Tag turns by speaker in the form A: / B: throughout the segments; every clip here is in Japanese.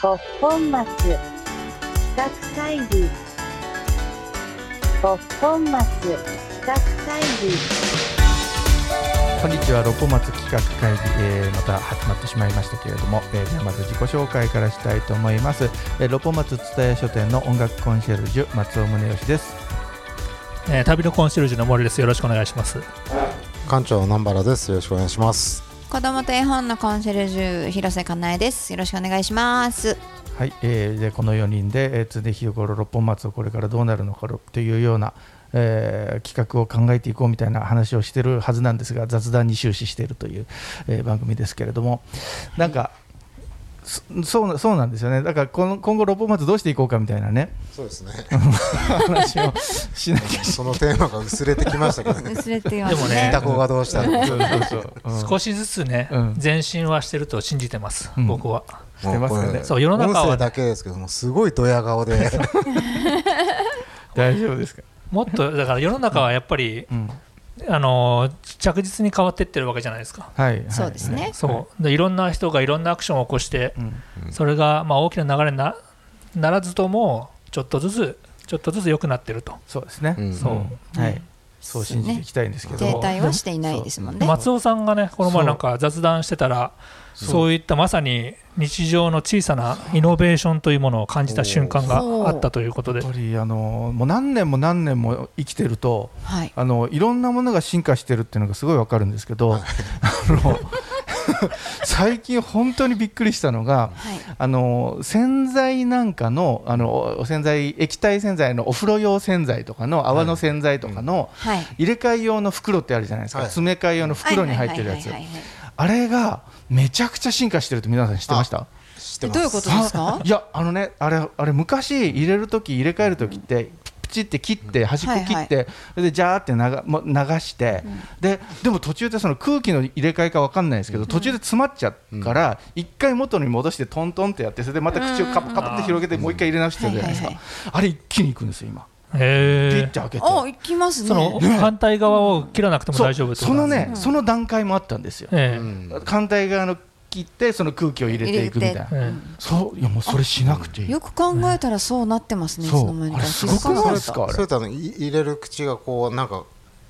A: ごっぽん松企画会議ごっぽん松企画会議
B: こんにちは六本松企画会議、えーまた始まってしまいましたけれども、えーではまず自己紹介からしたいと思います、えー、六本松蔦屋書店の音楽コンシェルジュ松尾宗義です
C: えー旅のコンシェルジュの森です。よろしくお願いします。
D: 館長南原ですよろしくお願いします
E: 子供と絵本のコンシェルジュ広瀬かなえですよろしくお願いします
B: はい、えーでこの4人で、えー、常日頃六本松をこれからどうなるのかというような、えー企画を考えていこうみたいな話をしてるはずなんですが雑談に終始しているという、えー番組ですけれどもなんかそそうなそうなんですよねだからこの今後六本松どうしていこうかみたいなね
D: そうですね
B: 話をしなきゃ
D: そのテーマが薄れてきましたけどね
E: 薄れてます
C: で
E: ね
C: もね
D: イタコがどうしたの
B: そうそうそう、うん
C: 少しずつね、
B: うん
C: 前進はしてると信じてます。
B: うん
C: 僕は。
B: してますよね
D: もこれ
C: そう世の中は
D: 音声だけですけどもすごいドヤ顔で
B: 大丈夫ですか、
C: もっとだから世の中はやっぱり、
B: うん、
C: あのー着実に変わってってるわけじゃないですか。
B: はい、はい、
E: そうですね
C: そう。でいろんな人がいろんなアクションを起こして、
B: うん、
C: それがまあ大きな流れになならずともちょっとずつちょっとずつ良くなってると。
B: そうですね、
D: うん
B: そう、はいそう信じていきたいんですけど、
E: 停滞はしていないですもんね
C: 松尾さんがねこの前なんか雑談してたらそういったまさに日常の小さなイノベーションというものを感じた瞬間があったということで
B: やっぱりあのもう何年も何年も生きてると
E: はい
B: あのいろんなものが進化してるっていうのがすごいわかるんですけど、あの 最近本当にびっくりしたのが
E: はい
B: あの洗剤なんかのあのお洗剤液体洗剤のお風呂用洗剤とかの泡の洗剤とかの
E: はい
B: 入れ替え用の袋ってあるじゃないですか、
D: はい
B: 詰め替え用の袋に入ってるやつ
E: はいはいはいはい
B: あれがめちゃくちゃ進化してるって皆さん知ってました
D: 知っ
E: え
D: てます
E: どういうことですか
B: あいやあのねあれあれ昔入れる時入れ替える時ってプチって切って端っこ切って、でジャーってながもう流して、ででも途中でその空気の入れ替えかわかんないですけど、途中で詰まっちゃうから一、回元に戻してトントンってやってそれでまた口をカパカパって広げてもう一回入れ直してるじゃないですか、
E: はいはい
B: あれ一気にいくんですよ今ピ
C: へ
B: ッ
C: ー
B: て開けて
E: お行きますね
C: その
B: ね
C: 反対側を切らなくても
B: そう
C: 大丈夫って
B: そ
C: ことな
B: の
C: んです
B: ね、その段階もあったんですよ、
C: え
D: うん
B: 反対側の切ってその空気を入れていくみたいな
C: ええ
B: そういやもうそれしなくていい
E: よく考えたらそうなってますねいつ
B: そ
E: の
B: う
E: 間に
B: あ
E: か
B: れすごくないですかあれ
D: それとあのい入れる口がこうなんか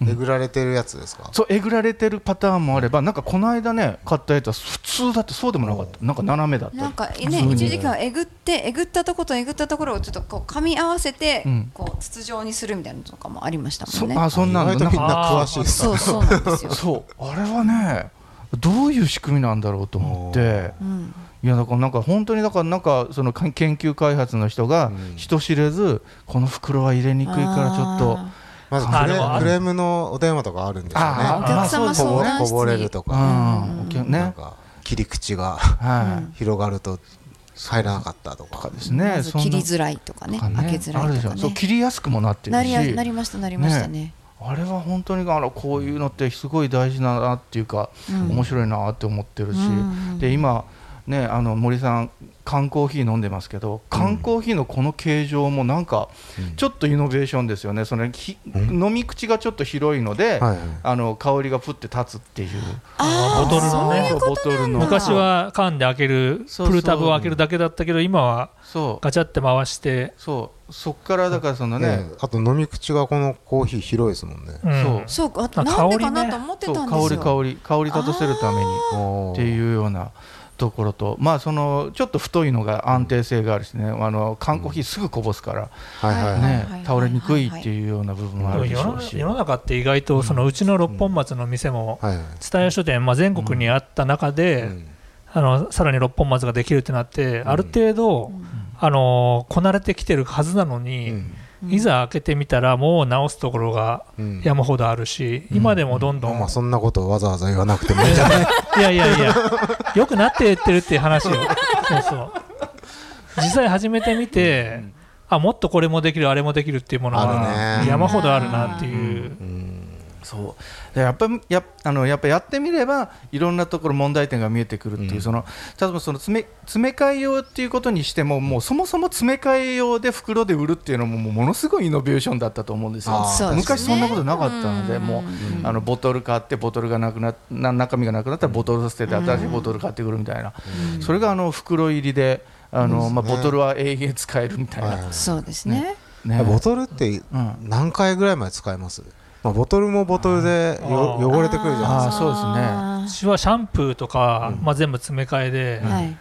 D: えぐられてるやつですか、
B: そうえぐられてるパターンもあればなんかこの間ね買ったやつは普通だってそうでもなかったなんか斜めだった
E: なんか
B: 普通
E: ね
B: に
E: 一時間えぐってえぐったとことえぐったところをちょっとこう噛み合わせて
B: うん
E: こう筒状にするみたいなのとかもありました
B: そ
E: もんね
B: あそんなの
D: 意外とみん
B: なんか
D: な詳しいですね
E: そうそうなんですよ
B: そうあれはねどういう仕組みなんだろうと思って
E: うん
B: いやだからなんか本当にだからなんかそのか研究開発の人が
D: うん
B: 人知れずこの袋は入れにくいからちょっと
E: あ
D: まずク
C: あで
D: レ
C: もあ
D: クレームのお電話とかあるんですよね
B: あ
E: ーお
B: あ
E: 客様
B: そ
E: 相
D: こぼれ
E: 談室
D: こぼれる
E: に
D: と
B: う
D: か、
B: んお
E: うん
B: 客
D: なん
B: ね
D: か切り口が
B: は
E: うん
B: い
D: 広がると入らなかったとか
B: とかですね
E: まず
B: そんな
E: 切りづらいとかね
B: とかね
E: 開けづら
B: ある
E: い
B: でし
E: とか
B: ょそう
E: ね
B: 切りやすくもなってる
E: なりや
B: し
E: なりましたなりましたね
B: あれは本当にあのこういうのってすごい大事だなっていうか、
E: うん
B: 面白いなって思ってるし、
E: うんうん
B: で今ねあの森さん缶コーヒー飲んでますけど缶コーヒーのこの形状もなんかちょっとイノベーションですよねそのひ
D: うん
B: 飲み口がちょっと広いので、
D: はいはい
B: あの香りがふって立つっていう
E: あー
C: ボトルのね
B: そうボトルの
C: 昔は缶で開ける
B: そうそう
C: プルタブを開けるだけだったけど今は
B: そう
C: ガチャって回して、
B: そうそっからだからそのね
D: ね、あと飲み口がこのコーヒー広いですもんね、
C: うん
B: そう
E: そうかあ
C: あ
E: となんでか
C: 香り
E: な
C: ね
E: と思って
B: そう
E: たん
B: 香
E: です
B: り
E: よ
B: 香り香り立たせるために。
D: おー
B: っていうようなところと、まあ、そのちょっと太いのが安定性があるしね、あの缶コーヒーすぐこぼすから、
D: はいはいはい、
E: うん
B: ね
E: はい
B: 倒れにくいっていうような部分もあ
C: でも
B: るでし
C: 世
B: ょ
C: の
B: うし。
C: 世の中って意外とそのうちの六本松の店も
D: はいはい
C: 蔦屋書店、まあ、全国にあった中で、
D: うん
C: あのさらに六本松ができるってなって、
D: ん
C: ある程度、あのこなれてきてるはずなの
D: う
C: に、
D: ん
C: いざ開けてみたらもう直すところが
D: うん
C: 山ほどあるし、今でもどんどん、
D: まあそんなことをわざわざ言わなくてもいい んじゃない
C: いやいやいや、よくなってってるっていう話を、そうそう、実際始めてみて、あもっとこれもできる、あれもできるっていうもの
D: あ
C: が
D: るね
C: 山ほどあるなっていう、
B: そうでやっぱりやあのやっぱやってみればいろんなところ問題点が見えてくるっていう、
D: うん
B: その例えばその詰め詰め替え用っていうことにしてももうそもそも詰め替え用で袋で売るっていうのももうものすごいイノベーションだったと思うんですよ
D: あーそうですね
B: 昔そんなことなかったので、
E: うん
B: もうあのボトル買ってボトルがなくなな中身がなくなったらボトル捨てて新しいボトル買ってくるみたいな、それがあの袋入りで。あのまあ、
D: ですね
B: ボトルは永遠使えるみたいな、
D: はい
E: そうですね。
B: ね
D: ボトルって
B: うん
D: 何回ぐらいまで使えます、まあ、ボトルもボトルでよ
C: あー
D: 汚れてくるじゃない
B: あーそうですね
E: あ
C: 私はシャンプーとか、
D: うん
C: まあ、全部詰め替えで
E: ー、はい。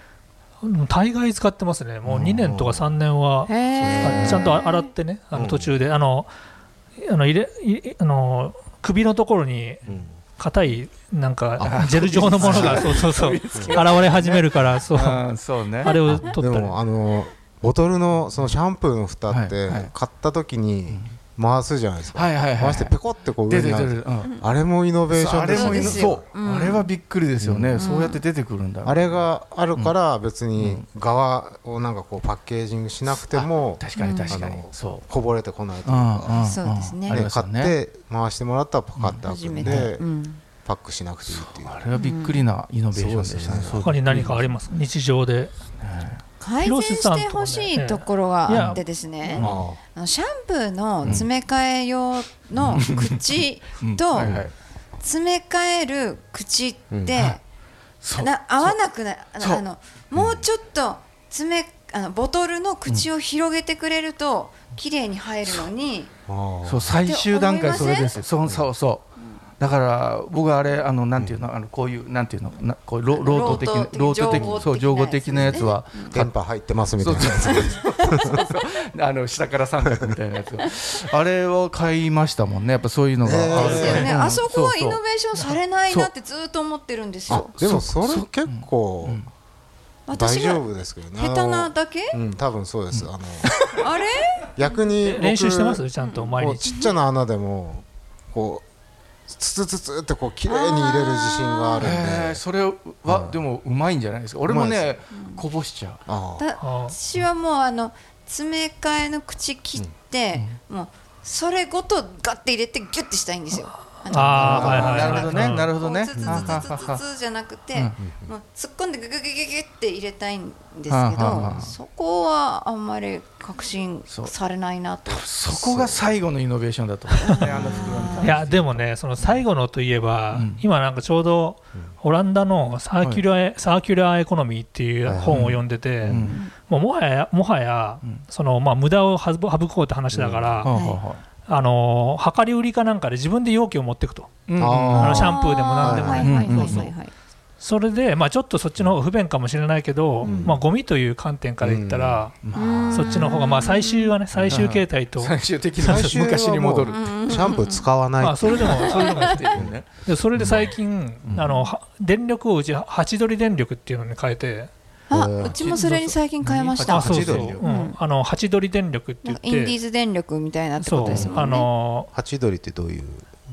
C: 大概使ってますね、もう
D: うん
C: 2年とか3年は、
E: へー
C: ちゃんと洗ってね、あの
D: うん
C: 途中で、あのあの入れいあの首のところに
D: ですか、うん
C: 硬いなんかジェル状のものが、そうそうそう、現れ始めるから、そう
B: うんそうね
C: あれを取
D: で
C: ったり
D: もあのボトルのそのシャンプーの蓋っ
B: はい
D: て
B: はい
D: 買った時に回すじゃないですか、
B: はいはいはい
D: 回してペコってこう
B: 出て
D: 上に
B: く
D: な
B: る、
D: る
B: うん、
D: あれもイノベーション
B: あれも
E: そう
B: い
E: で
B: の
E: す
B: そ
E: よ
B: う、
E: うん
B: あれはびっくりですよね、そうやって出てくるんだ
D: あれがあるから別に側をなんかこうパッケージングしなくても
B: 確かに確かに、
D: あの
B: そ
D: こぼれてこないと
B: う、う
D: か、
B: んうんん、
E: そうですね
B: あ
D: あ
B: り
D: れ
B: ます
D: 買
B: よ
D: っ
B: ね
D: て回してもらったらパカッて開
E: 初
D: く
E: め
D: ん
E: て
D: で、
E: うん
D: パックしなくていいっていう
B: あれはびっくりなイノベーションでしたね。
D: そ
B: そう
C: 他に何かあります日常で。
E: 改善してほしいところがあってですね、
D: あ
E: あのシャンプーの詰め替え用 の口
B: うん
E: と
B: はいはい
E: 詰め替える口って、
D: うん
B: そう
E: な合わなくないあ
B: そう
E: のあのもうちょっと詰めあのボトルの口を広げてくれると綺麗に入るのに、
D: あ
B: そう最終段階それですよ。そうそうそう。だから僕あれあのなんていうのあのこういうなんていうのなこうロロート的な
E: ロ
B: ロ
E: ー
B: ー
E: ト
B: ト
E: 的
B: 的そう情報的なやつは
D: 電波入ってますみた
B: そ
D: いうな
B: そうそうそうそ うあの下から三角みたいなやつがあれを買いましたもんねやっぱそういうのが
D: へー
B: あ
E: で
B: る
E: す
B: から
E: よね、
B: うん
E: あそこはイ
B: そう
E: ノ
B: そう
E: ベーションされないなってずっと思ってるんです
D: あ
E: よ
D: でもそれ結構大
E: 私が
D: 丈夫ですけどね
E: 下手なだけ
D: あのうん多分そうです、あの
E: あれ
D: 逆に僕
C: 練習してますちゃんと毎
D: こう
C: 日。
D: ちっちゃな穴でもこうつつつつってこう綺麗に入れる自信があるんで
B: へーそれはでもうまいんじゃないですか。俺もねこぼしちゃ
D: ああ
E: だ
C: あ
E: 私はもうあの詰め替えの口切って、もうそれごとガッて入れてギュッてしたいんですよあの
C: あ
B: う。
C: ーはいはいは
B: な
C: い
B: るほどねなるほどね。
E: こうツツツツツツじゃなくて、もう突っ込んでグググググって入れたいんですけ
B: はあはあは
E: ど、
B: あ
E: そこはあんまり確信されないなと。
B: そこが最後のイノベーションだと思うね、あの袋に関して
C: いやでもね、その最後のといえば、
B: うん
C: 今なんかちょうどオランダのサーキュラー,、サーキュラーエコノミーっていう本を読んでて、
B: うん
C: もうもはやもはや、
B: ん
C: そのまあ無駄を省こう省こうって話だから、
B: はあは
C: あのー量り売りかなんかで自分で容器を持っていくと、
B: あはあ
D: あ
C: あのシャンプーでもなんでもね
E: はいはいはい
C: うんそうそ
E: はいうはい。
C: それで、まあ、ちょっとそっちの方が不便かもしれないけど、
E: うん
C: まあゴミという観点から言ったら、
E: まあ
C: そっちの方がまあ最終はね、最終形態と、
B: 最終 的な昔に戻る
E: うんうんうん
D: シャンプー使わない
C: まあ、それでも、それでも
B: って いうね。
C: でそれで最近、あのは電力をうち8取り電力っていうのに変えて、
E: あ、
D: えー
E: うちもそれに最近変えまし
B: あ
E: た。
B: そ
E: そうう
C: そうそう、
B: 8取り
C: う
B: を
C: ん、あの8取り電力って
E: イ
C: 言
E: ン
C: って、
E: ディーズ電力みたいなってこ
C: そ
E: と
C: う
E: ですも
C: あ
E: んね。
C: の
D: ハチドリってどういう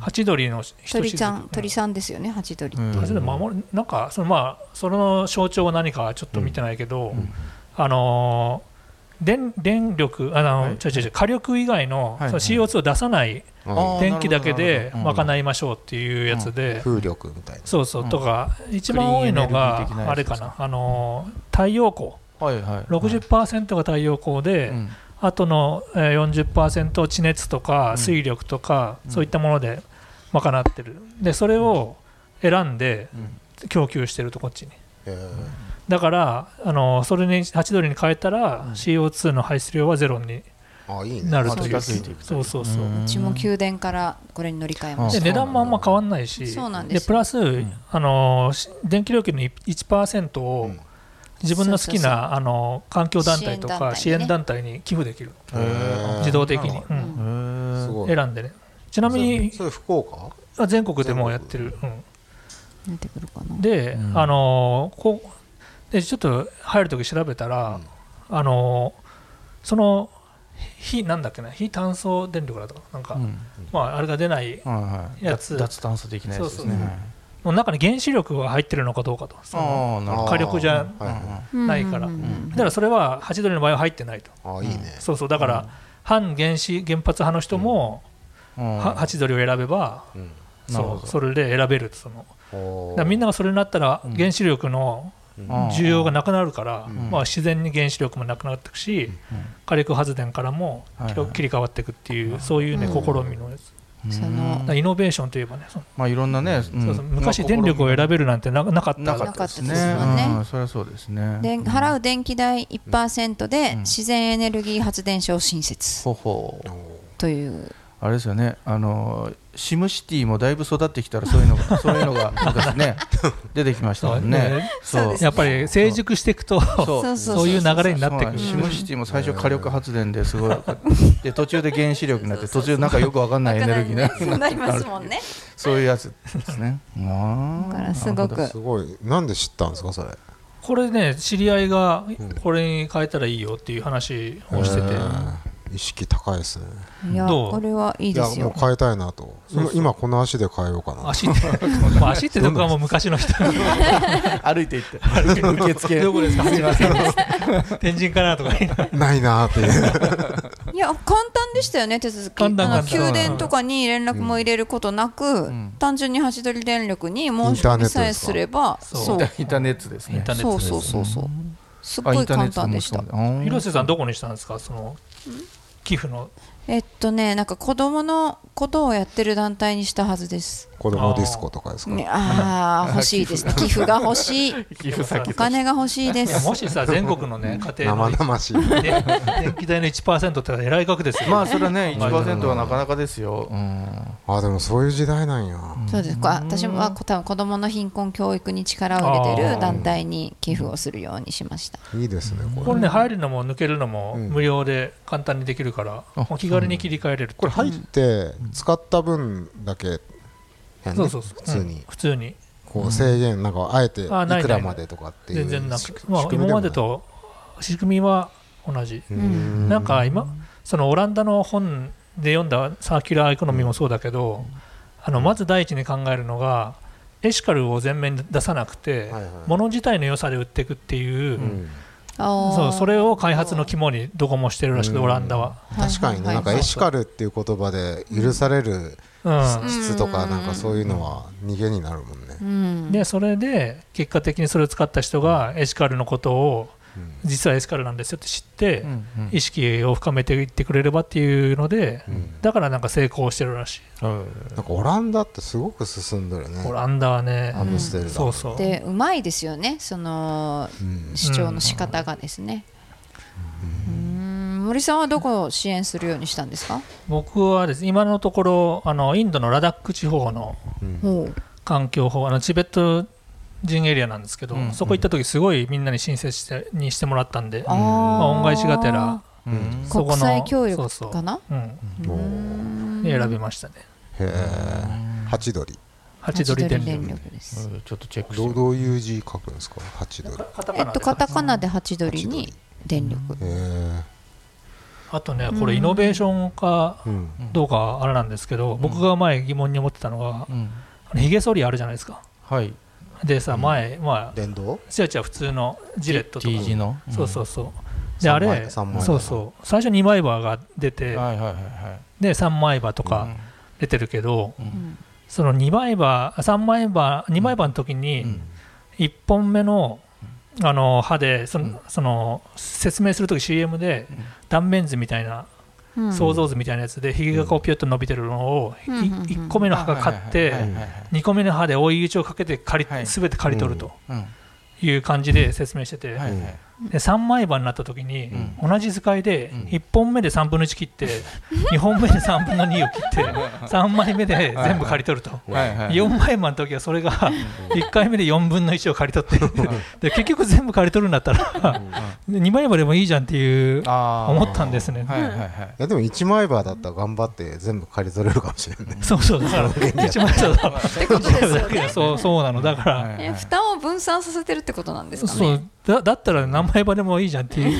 C: 8取りの一
E: 鳥ちゃん、
C: 雫
E: 鳥さんですよね、ハチドリ。
C: あそれで守るなんかそのまあその象徴は何かちょっと見てないけど、あのー電電力あの、
B: はい
C: 違う違う違う火力以外の、
B: はい
C: その CO2 を出さない
B: あー
C: 電気だけで
B: なるほどなるほど
C: 賄いましょうっていうやつで、
D: 風力みたいな
C: そうそう、
B: うん
C: とか一番多いの
B: クリーンエネルギー的な
C: があ
B: やつ
C: れ
B: ですか
C: かなあのー太陽光
B: はいはい。
C: 60%が太陽光で、
B: うん
C: あとのえー40%を地熱とか
B: ん
C: 水力とか、そういったもので賄ってるでそれを選んで供給してるとこっちに
D: へー
C: だからあのそれに8ドルに変えたら CO2 の排出量はゼロに
D: あいいね
C: なる
B: あ
C: とい
B: 近
C: う
B: づいていく
C: そうそうそう
B: うん
E: うちも給電からこれに乗り換えま
B: あ
E: し
C: で
E: た。
C: 値段もあんま変わらないし
E: そうなんですよ
C: プラス、あのし電気料金の1%を
D: うん
C: 自分の好き
E: そうそう
C: なあの環境団体とか支
E: 支
C: 援
E: 援
C: 団体に寄付できる
D: へー
C: 自動的に、
B: な
C: う
E: うん
C: ん
D: すごい
C: 選んでねちなみに
D: それ福岡
C: あ全国でもうやってる、う、。
E: 出てくるかなん
C: で、
B: うん
C: あのーこうでちょっと入るとき調べたら、あのーその非なんだっけな非炭素電力だとかなんか、
B: うん
C: まああれが出ない
B: はいはい
C: やつ
B: 脱炭素できないやつです
C: そうそう
B: ね。
C: の中に原子力が入ってるのかどうかとその
B: ああ、なるほ
C: 火力じゃ
D: あーはいはい
E: うん
C: ないから
E: うん
C: だからそれは8ドルの場合は入ってないと
D: あーいいね
C: そうそうだから、反原子原発派の人も、
B: ど。
C: は8ドルを選べば
D: うん
B: なるほど
C: そうそれで選べるそのだ
D: おー
C: からみんながそれになったら原子力の需要が
B: な
C: なくなるから、まあ、自然に原子力もなくなっていくし、火力発電からも
B: はいはい
C: 切り替わっていくっていう、そういうね、
E: うん
C: 試みのやつ、
E: そ
B: うん
E: の
C: イノベーションといえばね、その
B: まあいろんなね、うん
C: そうそう昔電力を選べるなんてななかった
B: なかったですね。
E: なかったですもんね
B: うんそれはそうですね。
E: で
B: うん
E: 払う電気代1%で
B: うん
E: 自然エネルギー発電所を新設
B: ほほう
E: という
B: あれですよね。あのシムシティもだいぶ育ってきたらそういうの がそういうのが昔ね出てきましたもんね。
E: そう
B: そう
E: です
C: やっぱり成熟していくと、
B: そう
E: そうそう
C: そういう流れにな
B: そう
C: って
B: な
C: く
B: んで
C: る。
B: すシムシティも最初火力発電です ごいで途中で原子力になって途中なんかよくわかんないエネルギーにな
E: わからないねそうなりますもんね
B: そういうやつですね。だ
E: だからすごく
D: すごいなんで知ったんですかそれ
C: これね、知り合いが
D: うん
C: これに変えたらいいよっていう話をしてて、
D: へー意識高いですね
E: いや
C: どう
E: これはいい
D: い
E: で
D: や
E: す
D: もう
E: よ
D: 変えたいなと今今この足で変えようかな
C: 足って、まあ、足ってとこはもう昔の人
B: 歩いていって受付
C: どこですか
B: すいません
C: 天神かなとか言いながら
D: ないなーっ ていう
E: いや簡単でしたよね手続きあ
C: 簡単
E: の
C: 簡単
E: 給電とかに連絡も入れることなく、
B: ん
E: 単純にハチドリ電力に申し込みさえすれば
C: そ
E: そうう
B: インターネットです
C: イン
B: ね
C: タ。ーネット
E: そう
C: で
E: そうそうそうすっご
B: あイ
E: い
B: ンターネ
E: 簡
B: ット
E: 単
B: も
E: でした
B: そうなんだ。うん
C: 広瀬さんどこにしたんですかその寄付の
E: えっとねなんか子供のことをやってる団体にしたはずです、
D: 子供ディスコとかですか
E: ね、ああ欲しいですね寄付が欲しい
B: 寄付先
E: お金が欲しいで
C: いや
E: す
C: もしさ全国のね家庭
D: 生
C: の
D: 々し い
C: ね電気代の1%ってえらい額ですよ、
B: まあそれは ね
C: まあ
B: 1%はなかなかですよ。うん
D: あでもそういう時代なんや
E: そうですこ私はこ多分子どもの貧困教育に力を入れて
C: あー
E: る団体に寄付をするようにしました
D: いいですねこれ
C: これね入るのも抜けるのも
D: うん
C: 無料で簡単にできるから、
B: あ
C: お気軽に切り替えれる
D: これ入って使った分だけやんね
C: そうそうそう
D: 普通
C: うん
D: に
C: 普通に
D: こう制限なんかあえてい
C: あないない
D: くらまでとかっていう
C: 全然な
D: 仕
C: く、
D: 組
C: まあ
D: 仕、組み
C: 今ま
D: でもない
C: でと仕組みは同じ、
D: う
C: なんか今そのオランダの本で読んだサーキュラーエコノミーもそうだけど、あのまず第一に考えるのがエシカルを前面に出さなくて、
D: はいはい
C: 物自体の良さで売っていくっていう、
D: うん
E: そ
C: そうそれを開発の肝にどこもしてるらしくて、
D: うん
C: オランダは、
D: 確かにねなんかエシカルっていう言葉で許される
C: う
D: 質とか
E: うん
D: なんかそういうのは逃げになるもんね
E: うん
C: ん、でそれで結果的にそれを使った人がエシカルのことを実はエシカルなんですよって知って、
B: うんうん
C: 意識を深めていってくれればっていうので、
D: うん
C: だからなんか成功してるらしい、
D: なんかオランダってすごく進んでるね
C: オランダはね
D: ア、ムステルダム
C: そうそう
E: でうまいですよねその
D: うん
E: 主張の仕方がですねうん森さんはどこを支援するようにしたんですか
C: 僕はですね今のところあのインドのラダック地方の
E: ほう
C: 環境保護あのチベット人エリアなんですけど、
B: うん
C: そこ行った時すごいみんなに申請してにしてもらったんで、
E: あー
C: まあ、恩返しがてら
B: うん
C: そこの
E: 国際協力
C: そうそう
E: かな
C: うん、
D: お
C: に選びましたね
D: へえハチドリ
C: ハチドリ電
E: ハチ
C: 力
E: です
B: ちょっとチェックして
D: ど
B: み
D: どういう字書くんですかハチドリへ
C: カタ
E: え
C: カ
E: っ
C: ナ
E: と
C: で
E: カタカナでハチドリに電力
D: え
C: あとねこれイノベーションか
D: うん
C: どうかあれなんですけど、僕が前疑問に思ってたのが
B: うん
C: あのヒゲ剃りあるじゃないですか
B: はい
C: でさ前、まあ
D: 電動
C: ちやちや普通のジレットと
B: T
C: か
B: 字の
C: そうそううそう。で、あれ、
D: 三枚三枚
C: そうそう。最初2枚刃が出
B: ん
C: て、
B: はいはいはいはい
C: で、3枚刃と
B: う
C: か
B: ん
C: 出てるけど、
E: うん
C: その2枚刃、3枚刃、2枚刃の時
B: う
C: に
B: ん、
C: 1本目の、あの刃でそのその説明するとき CM で
B: ん
C: 断面図みたいな
E: うん
C: 想像図みたいなやつでひげがこうピュッと伸びてるのを
E: うんうんうん
C: 1個目の刃が買っ
B: はいはい
C: て
B: はいはい
C: 2個目の刃で追い打ちをかけて刈
B: は
C: り
B: い
C: 全て刈り取ると
B: うん
C: いう感じで説明してて
B: はいはい
C: で3枚刃になった時に、
B: う
C: 同じ図解で
B: うん
C: 1本目で3分の1切って、2本 目で3分の2を切って3枚目で全部刈り取ると。
B: はいはい
C: 4枚刃の時はそれが1回目で4分の1を刈り取ってで結局全部刈り取るんだったら2枚刃でもいいじゃんっていう
B: あー
C: 思ったんですね、
B: はいはいはい
D: いやでも一枚刃だったら頑張って全部刈り取れるかもしれない
C: そうそうだから1枚刃だ
E: っ てことですよね
C: けそうそうなのだから、
B: はいはい
E: え負担を分散させてるってことなんですか
C: そ
E: ね
C: うだだったら何枚刃でもいいじゃんっていう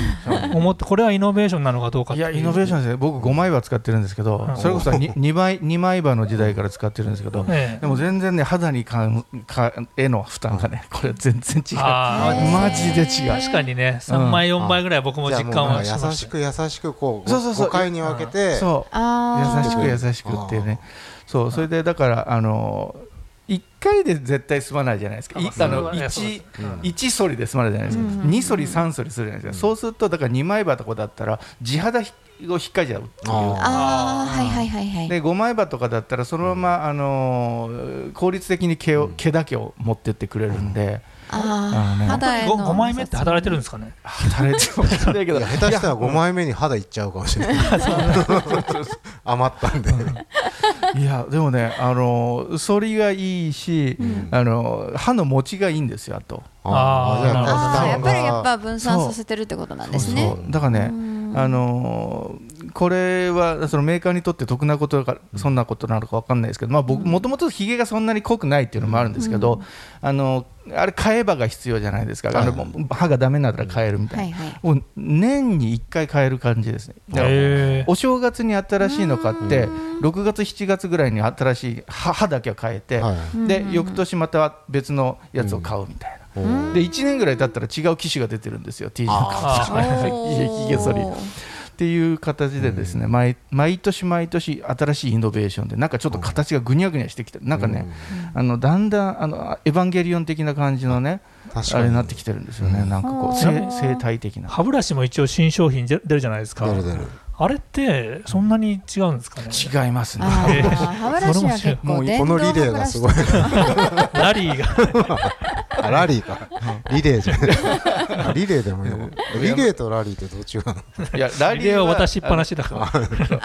C: 思ってこれはイノベーションなのかどうかっ
B: い
C: てい
B: や
C: う
B: イノベーションですね僕5枚は使ってるんですけど、
C: うん
B: それこそ 2, 枚二枚刃の時代から使ってるんですけど、
C: ええ
B: でも全然ね肌にかんかへの負担がねこれ全然違う
C: あー
B: マジで違う
C: 確かにね、3倍、4倍ぐらい僕も
D: じゃあ
C: 実
D: もう
C: 感
D: な
C: は
D: ん
C: し
D: か
C: ま
D: 優
C: し。
D: したく優しくこう
B: そうそうそう
D: 5回に分けて
B: そう
E: あ
B: 優し
E: ー
B: く優しくっていうねそうそれでだからあの1回で絶対済まないじゃないですか、い
C: まあ
B: あの
C: そうだねそうです
B: 1
C: うん
B: 一反りで済まないじゃないですか、
E: うん
B: 2反り、3反りするじゃないですか、そうすると、だから2枚刃とかだったら、地肌ひを引っかいちゃうっていう
D: あ
E: ああはいはいはいはい
B: で5枚刃とかだったらそのまま、あのー効率的に毛を、毛だけを持ってってくれるんで、あの
E: あ
B: ね
E: あ肌への
C: 5枚目って働いてるんですかね
B: 働いてもらえないけ
D: い
B: ど
D: や下手したら5枚目に肌いっちゃうかもしれない余ったんで
B: いやでもねあのー反りがいいし、あのー歯の持ちがいいんですよあと。
C: あー
D: じゃ
C: なるほど
E: ああやっぱりやっ
D: あ
E: ぱ分散させてるってことなんですね
B: そうだからね、あのーこれはそのメーカーにとって得なことかそんなことなのか分かんないですけど、まあ、僕もともとひげがそんなに濃くないっていうのもあるんですけど、あのあれ替え歯が必要じゃないですか、あの歯がダメなら変えるみたいな、
E: はいはい
B: もう年に1回変える感じですねだから
C: へえ
B: お正月に新しいの買って6月7月ぐらいに新しい歯歯だけを変えて、
D: は
B: で翌年また別のやつを買うみたいな。
D: ーうん
B: で1年ぐらい経ったら違う機種が出てるんですよ T 字の
C: あ
B: 顔ひげ剃りっていう形でですね、毎毎年毎年新しいイノベーションでなんかちょっと形がぐにゃぐにゃしてきてなんかね、あのだんだんあのエヴァンゲリオン的な感じのね
D: 確
B: あ
D: か
B: れ
D: に
B: になってきてるんですよね、なんかこう
E: あ
B: せ
E: ー
B: 生態的な
C: 歯ブラシも一応新商品出るじゃないですか
D: 出る出る
C: あれってそんなに違うんですかね
B: 違いますね
E: あ
C: えー
E: ー歯ブラシは結
D: も
E: 構
D: う
E: 電
D: こ
E: 動
D: の
E: 歯
D: リ
E: ブ
D: レー
E: ラ
D: が
E: シ
D: すごい
C: ラリーが
D: あラリーかリレーじゃないあリレーでもいいのかリレーとラリーってどっちが
B: いやラ
C: リレーを
B: は
C: 渡しっぱなしだから
B: あの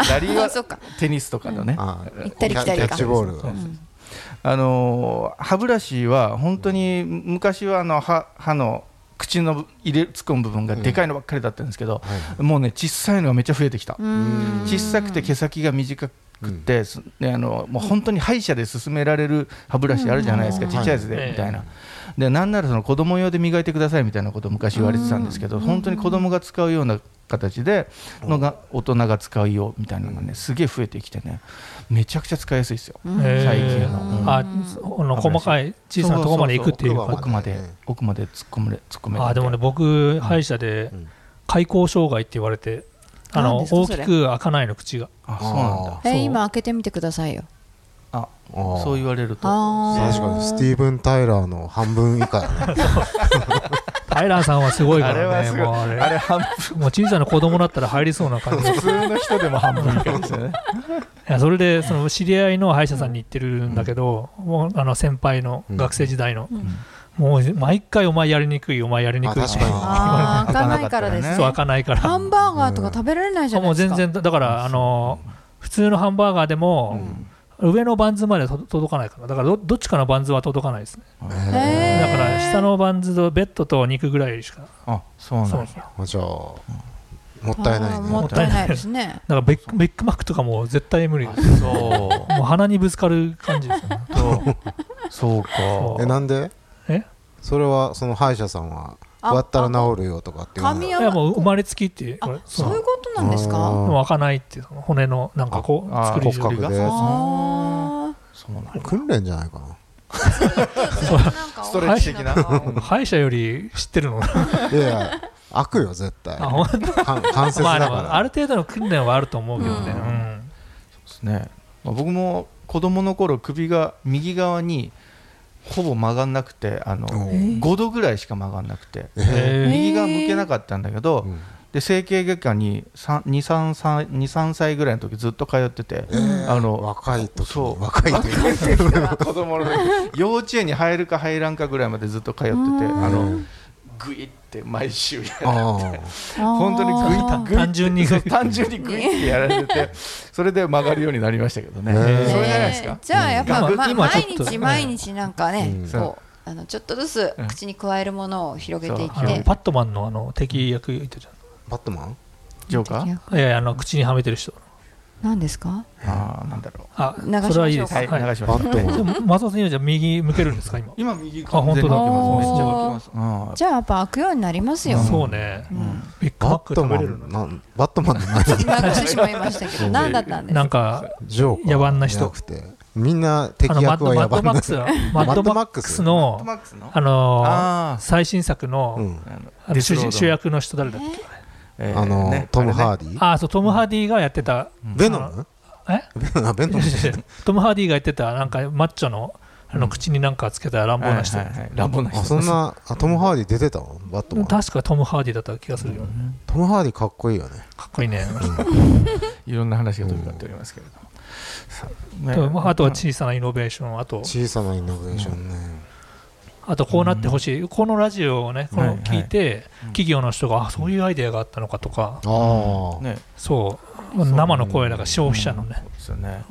B: ラリー
E: あそ
B: は
E: うか
B: テニスとかのね、
D: あ
E: 行ったり来たり
D: キャ
E: か
D: ッチボールが
B: あのー歯ブラシは本当に昔はあの歯歯の口の入れ突っ込む部分がでかいのばっかりだったんですけど、もうね小さいのがめっちゃ増えてきた、
E: うん
B: 小さくて毛先が短くて、すねあのもう本当に歯医者で勧められる歯ブラシあるじゃないですか、
D: うん
B: ちっちゃいやつ
C: は
B: で
C: い
B: みたいな。でなんならその子供用で磨いてくださいみたいなことを昔言われてたんですけど、本当に子供が使うような形でのが大人が使うようみたいなのがねすげえ増えてきてねめちゃくちゃ使いやすいですよ、
C: へー
B: 最近の、うん
C: ああの細かい小さなところまで行くっていう
D: そうそうそう
C: か
B: 奥まで奥まで突っ込むれ突っ込める
C: あでもね僕歯医者で
D: ん
C: 開口障害って言われてあ
E: 何
C: の
E: ですか
C: 大
E: そ
C: き
E: れ
C: く開かないの口が
B: あそうなんだ
E: えー今開けてみてくださいよ
B: あ
D: あ
B: そう
D: う
B: 言われると
E: あ
D: 確かにスティーブン・タイラーの半分以下だね
C: タイランさんはすごいか
B: あれ
C: ら
B: は
C: ね
B: すごい
C: もうあれ
B: あれ半分
C: もう小さな子供だったら入りそうな感じい
B: 普通の人でも半分以下ですよね
C: やそれでその知り合いの歯医者さんに行ってるんだけど、もうあの先輩の
D: うん
C: 学生時代の、もう毎回お前やりにくいお前やりにくい
D: あ確かに
E: あー開かないからですね
C: そう開かないから
E: ハンバーガーとか食べられないじゃな
C: も
E: いうで
C: 全
E: すか
C: 然だからあの普通のハンバーガーでも、上のバンズまでと届かないからだからどどっちかのバンズは届かないですね
E: へー
C: だから下のバンズとベッドと肉ぐらいしか
B: あそうなん
C: そう
B: だ
C: ですねだ
D: もうじゃあもったいな
E: あ
D: い
E: ー
D: ね
E: もったいないですね
C: からベックベックマックとかも絶対無理です
B: そう
C: もう鼻にぶつかる感じですよね
B: そうそうか
C: そ
D: えなんで
C: え
D: それはその歯医者さんは
E: あ
D: 割ったら治るよとかっていうの
E: 髪
C: い
E: を
C: やもう生まれつきってこれ
E: あそういうことなんです
D: う
E: か
D: ん
C: もう開かないっていうその骨のなんかこう
B: あ
C: 作り
D: 骨
C: 上
D: 格で
E: あ
B: そうなんだ
D: 訓練じゃないかな
E: あ
B: ストレッチ的 な
C: 歯医者より知ってるのあ
D: いやいや開くよ絶対
C: 本当
D: 関関節
C: まあで
D: だ
C: もあ
D: か
C: る程度の訓練はあると思うけどね、うん
B: ですね、まあ、僕も子供の頃首が右側にほぼ曲がんなくてあの
D: らおう
B: 5度ぐらいしか曲がんなくて
C: えー
B: 右側向けなかったんだけど、
D: うん
B: で整形外科に23歳ぐらいの時ずっと通ってて、あの
D: 若い時
B: そ
D: に
B: う
D: 若い時に
B: 子供の時幼稚園に入るか入らんかぐらいまでずっと通っててあのグイって毎週やられ
D: あ
B: て
D: ー
B: 本当にグイグイ
C: 単純に
B: そう単純にグイってやられてて それで曲がるようになりましたけどね、
D: へー
B: それじゃないですか
E: ねえじゃあやっぱ、
C: うん
E: ま、
C: 今
E: 毎
C: ちょっ
E: 日
C: と
E: 毎日なんかね、
D: うん
E: こうあのちょっとずつ
B: うん
E: 口に加えるものを広げていっ
B: そ
E: て、
B: う
C: あのパットマンのあの敵役いたじ
D: バットマン
B: ジョーカー
C: ゃんいやいやあの口にはめてる人
E: 何ですか
B: ああなんだろ
C: あ
E: 流しましょうか
C: それはいいで
B: う
C: す
B: はい流しま
D: バ
B: した
D: ットマン
C: でも松尾先生じゃあ右向けるんですか今
B: 今右
C: あ本当だ
B: めっちゃ
E: おー
B: 湧きますあ
E: じゃあやっぱ開くようになりますよ、
C: そうね、ビッグマ
D: バ
C: ック食
D: ット
C: べ
D: マ
C: れるの
D: ンなんバットマンの何
E: 今口しまいましたけど何だったんです
C: な
E: か
C: んか
D: ジョ ーカー
C: 野蛮な人
D: じゃくてみんな敵
C: あのマッ
D: 役
C: ド
D: は
C: マ
D: 野
C: ッド
D: 蛮
C: マッ
D: な
C: クスマッドマックスの
B: ーマックスの
C: あのー
B: あー
C: 最新作の,、
D: うん
B: あの
C: あの主人主役の人誰だっけ、
B: えー
D: あの
B: ね
D: トム・
B: あれね
D: ハーディ
C: あーそうトム・ハーディがやってた、
D: ベノム
C: え
D: ベノムベノ ム
C: トム・ハーディがやってたなんかマッチョのあの口になんかつけた乱暴な人、
B: はいはいはい乱暴な人
D: あそんなあトム・ハーディ出てたのバットマン
C: 確かトム・ハーディだった気がするよ、
D: トム・ハーディかっこいいよね
C: かっこいいね、
B: いろんな話が飛び交っておりますけれども、さね
C: とまあ、あとは小さなイノベーションあと
D: 小さなイノベーションね、
C: あとこうなってほしい、このラジオをねこ
B: はいは
C: の
B: い
C: 聞いて、企業の人があそういうアイデアがあったのかとか
D: ああ、
B: ね
C: そう生の声だから消費者のね
B: そう、ですよね。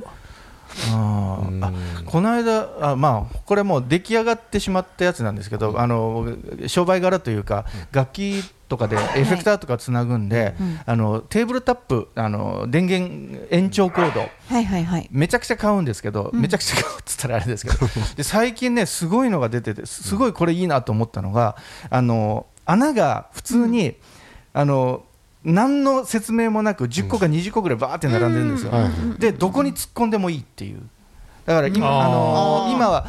B: あーあ
D: うん
B: この間あ、まあ、これもう出来上がってしまったやつなんですけど、あの商売柄というか、楽器とかでエフェクターとかつなぐんで、
E: うん
B: あのテーブルタップあの電源延長コード、
E: はいはいはい
B: めちゃくちゃ買うんですけど、
E: うん
B: めちゃくちゃ買うって言ったらあれですけどで最近ねすごいのが出ててすすごいこれいいなと思ったのが、あの穴が普通に、あの何の説明もなく10個か20個ぐらいバーって並んでるんですよ、
D: はいはい
B: でどこに突っ込んでもいいっていうだから今,、
C: あー
B: あの今は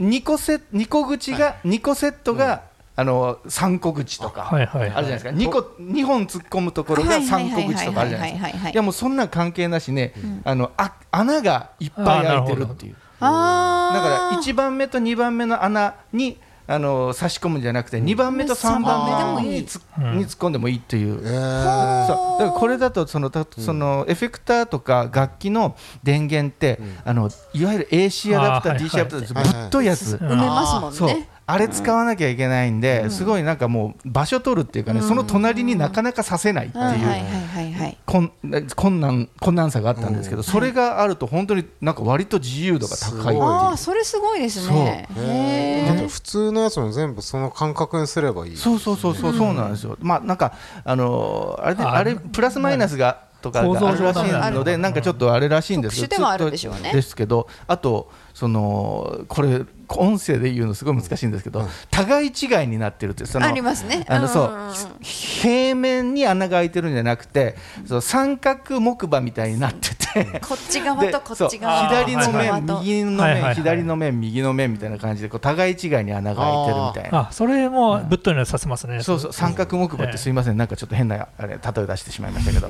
B: 2個セ二個口が2個セットが、あの3個口とか、
C: はいは
B: ある
C: い
B: じゃないですか2個2本突っ込むところが3個口とかあるじゃないですか
E: はいはいはいはいはいはい
B: いやもうそんなん関係なしね、あのあ穴がいっぱい開いてるっていうだ
E: ああ
B: から1番目と2番目の穴にあの差し込むんじゃなくて2番目と3番目につ
C: うん
B: に突っ込んでもいいっていう、
D: えー
B: そうだからこれだとそのたそのエフェクターとか楽器の電源って、あのいわゆる AC アダプター
C: あーはい
B: DC アダプター
D: はい
B: ってぶっといやつ、
E: 埋めますもん
B: そう
E: ね
B: あれ使わなきゃいけないんで、すごいなんかもう場所取るっていうかね、その隣になかなかさせないっていう、
E: うんはいはいはいはい
B: こん困難困難さがあったんですけど、それがあると本当になんか割と自由度が高いってい
D: す
E: あ
B: う
E: あ。それすごいですね
D: そう
E: へ
D: だって
E: え
D: 普通のやつも全部その感覚にすればいい
B: そうそうそうそうそうなんですよ。まあなんかあのーあれね
C: あ
B: あれプラスマイナスがとかがあるらし
C: 構造上
B: い
C: なん
B: の
C: だ
B: でなんかちょっとあれらしいんですけど
E: 特殊ではあるんでしょうね
B: ちっとですけどあとそのこれ音声で言うのすごい難しいんですけど、互い違いになってるってその
E: ありますね
B: あのそう、
E: んんん
B: 平面に穴が開いてるんじゃなくてその三角木馬みたいになってて。
E: こっち側とこっち側
B: そう左の
E: こっち側
B: 面、
E: と
B: 右の
C: はいはいは
B: 面、
C: い
B: 左の面、右の面みたいな感じで、こう互い違いに穴が開いてるみたいな。
C: あそれもぶっといのさせますね
B: そうそう、三角木馬ってすいません、なんかちょっと変な、あれ、例え出してしまいました けど。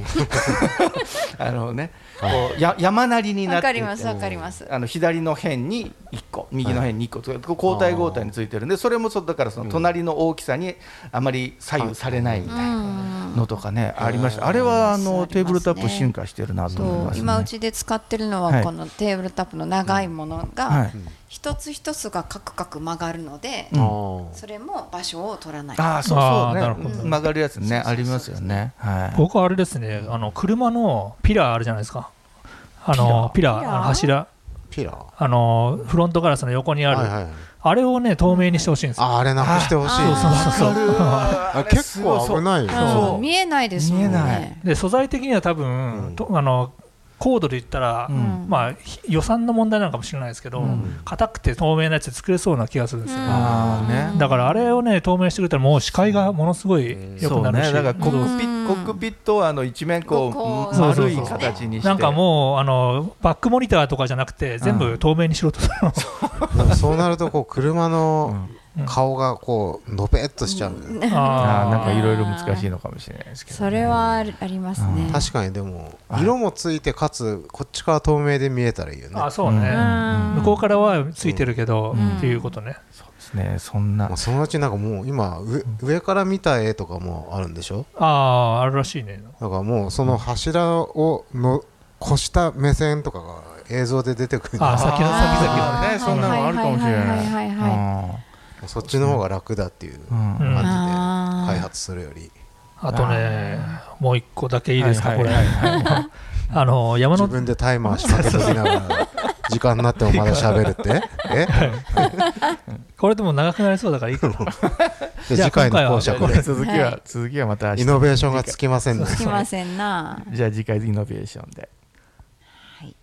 B: あのね、こう、や、山なりにな
E: わ
B: って
E: か
B: いて。
E: りますわかります
B: あの左の辺に1個右の辺に1個とかこう交代交代についてるんでそれもそうだからその隣の大きさにあまり左右されないみたいなのとかねありましたあれはあ
E: そうあり
B: の
E: ますね
B: テーブルタップ進化してるなと思い
E: そ
B: ま
E: う
B: す
E: 今う
B: ね。
E: ちで使ってるの
B: は
E: はいこのテーブルタップの長いもの
B: は
E: が
B: い
E: 一つ一つがカクカク曲がるので
B: うん
D: ああ
E: それも場所を取らない
B: ああそう
C: あーなる
B: そ
C: ほ
B: うね
C: ど
B: 曲がるやつねありますよねはい
C: 僕はあれですねあの車のピラーあるじゃないですかあのピラー
E: ピラー
C: あの柱
D: ピラー
C: あのフロントガラスの横にある、
D: はいはい
C: あれをね透明にしてほしいんですよ
D: ああれなくしてほしい
E: あそう
C: そうそうそう
D: あ結構危ないよ
E: うん
D: ね
B: そう
E: 見えないですもんね
B: 見えない
C: で素材的には多分、とあの高度で言ったら、
B: うん
C: まあ、ひ予算の問題なのかもしれないですけど、
B: うん
C: 硬くて透明なやつ作れそうな気がするんですよ、
B: ああね
C: だからあれをね透明してくれたらもう視界がものすごい良
B: そ
C: く
B: う
C: なるし、
B: ねだからコ
E: う
B: ッ
E: ん
B: クピコックピットをあの一面こ
E: こ
B: う
E: う
B: 丸い
C: そうそうそう
B: 形にして
C: なんかもうあのバックモニターとかじゃなくて全部透明にしろと、
D: でもそうなるとこう車の
C: うん
D: 顔がこうのべっとしちゃうね
B: あ
C: あ
B: ー
C: ー
B: なんかいろいろ難しいのかもしれないですけど、
E: それはありありますね
D: 確かにでも
B: はい
D: 色もついてかつこっちから透明で見えたらいいよね
C: あそうね、
E: うん
C: 向こうからはついてるけど、
E: うん
C: っていうことね、
B: そうですねそんな
D: もうそのうちなんかもう今上上から見た絵とかもあるんでしょ
C: あああるらしいね
D: だからもうその柱をの越した目線とかが映像で出てくるんじ
C: あ
D: ゃな
C: ー
D: い
C: 先の先々の
B: ね
E: あー
B: そんなのあるかもしれ
E: は
B: ない
E: はいはいはい
B: い
D: もうそっちの方が楽だっていう
B: うん
C: うん
D: 感
E: あ
D: じ
E: ー
D: で開発するより
C: あとねもう一個だけいいですか、
B: はいはい
C: これ、あの山
D: 自
C: の
D: 分でタイマー仕掛けときながら時間になってもまだ喋るってえ
C: これでも長くなりそうだからいいかな
D: じゃあ次回の講
B: じゃあ
D: 釈
B: こ
D: で
B: れ続きは、
E: はい
B: 続きはまた明日
D: イノベーションがつきませんね
E: つきませんな
B: じゃあ次回イノベーションで
E: はい